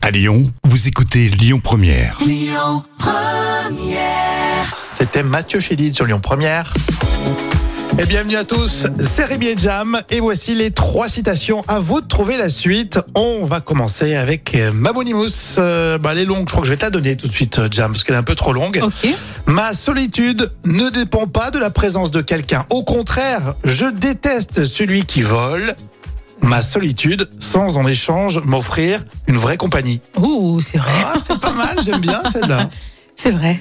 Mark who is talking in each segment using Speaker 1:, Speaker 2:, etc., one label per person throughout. Speaker 1: À Lyon, vous écoutez Lyon Première.
Speaker 2: C'était Mathieu Chédid sur Lyon Première. Et bienvenue à tous, c'est Rémi et Jam. Et voici les trois citations. À vous de trouver la suite. On va commencer avec euh, Mabonimous. Euh, bah, elle est longue, je crois que je vais te la donner tout de suite, euh, Jam, parce qu'elle est un peu trop longue.
Speaker 3: Ok.
Speaker 2: Ma solitude ne dépend pas de la présence de quelqu'un. Au contraire, je déteste celui qui vole. Ma solitude, sans en échange m'offrir une vraie compagnie.
Speaker 3: Ouh, c'est vrai.
Speaker 2: Ah, c'est pas mal, j'aime bien celle-là.
Speaker 3: C'est vrai.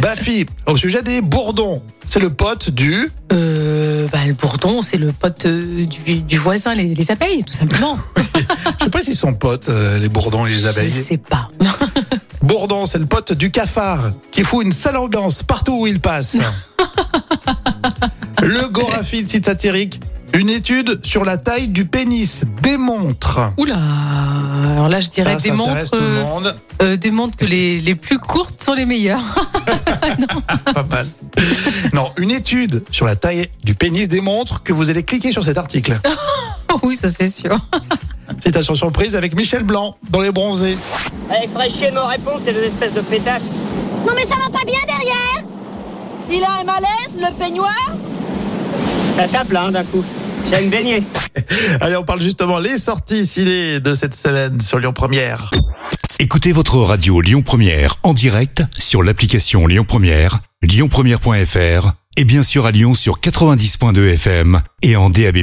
Speaker 2: Bafi, Bah, au sujet des bourdons, c'est le pote du...
Speaker 3: Euh, bah, le bourdon, c'est le pote euh, du, du voisin, les, les abeilles, tout simplement.
Speaker 2: Je sais pas s'ils sont potes, euh, les bourdons et les abeilles.
Speaker 3: Je sais pas.
Speaker 2: Bourdon, c'est le pote du cafard qui fout une sale ambiance partout où il passe. le Gorafi, le site satirique. Une étude sur la taille du pénis démontre.
Speaker 3: Oula. Alors là, je dirais
Speaker 2: Ça, ça
Speaker 3: des
Speaker 2: intéresse
Speaker 3: montres,
Speaker 2: tout le
Speaker 3: euh,
Speaker 2: monde.
Speaker 3: euh, des montres que les, les plus courtes sont les meilleures.
Speaker 2: Pas mal. Non, une étude sur la taille du pénis démontre que vous allez cliquer sur cet article.
Speaker 3: oui, ça c'est sûr.
Speaker 2: Citation surprise avec Michel Blanc dans Les Bronzés.
Speaker 4: Allez, ferait chier nos réponses, c'est des espèces de pétasses.
Speaker 5: Non mais ça va pas bien derrière Il a un malaise, le peignoir
Speaker 4: Ça tape là, hein, d'un coup. J'aime me baigner.
Speaker 2: Allez, on parle justement les sorties ciné de cette semaine sur Lyon Première.
Speaker 1: Écoutez votre radio Lyon Première en direct sur l'application Lyon Première, lyonpremière.fr et bien sûr à Lyon sur 90.2 FM et en DAB+.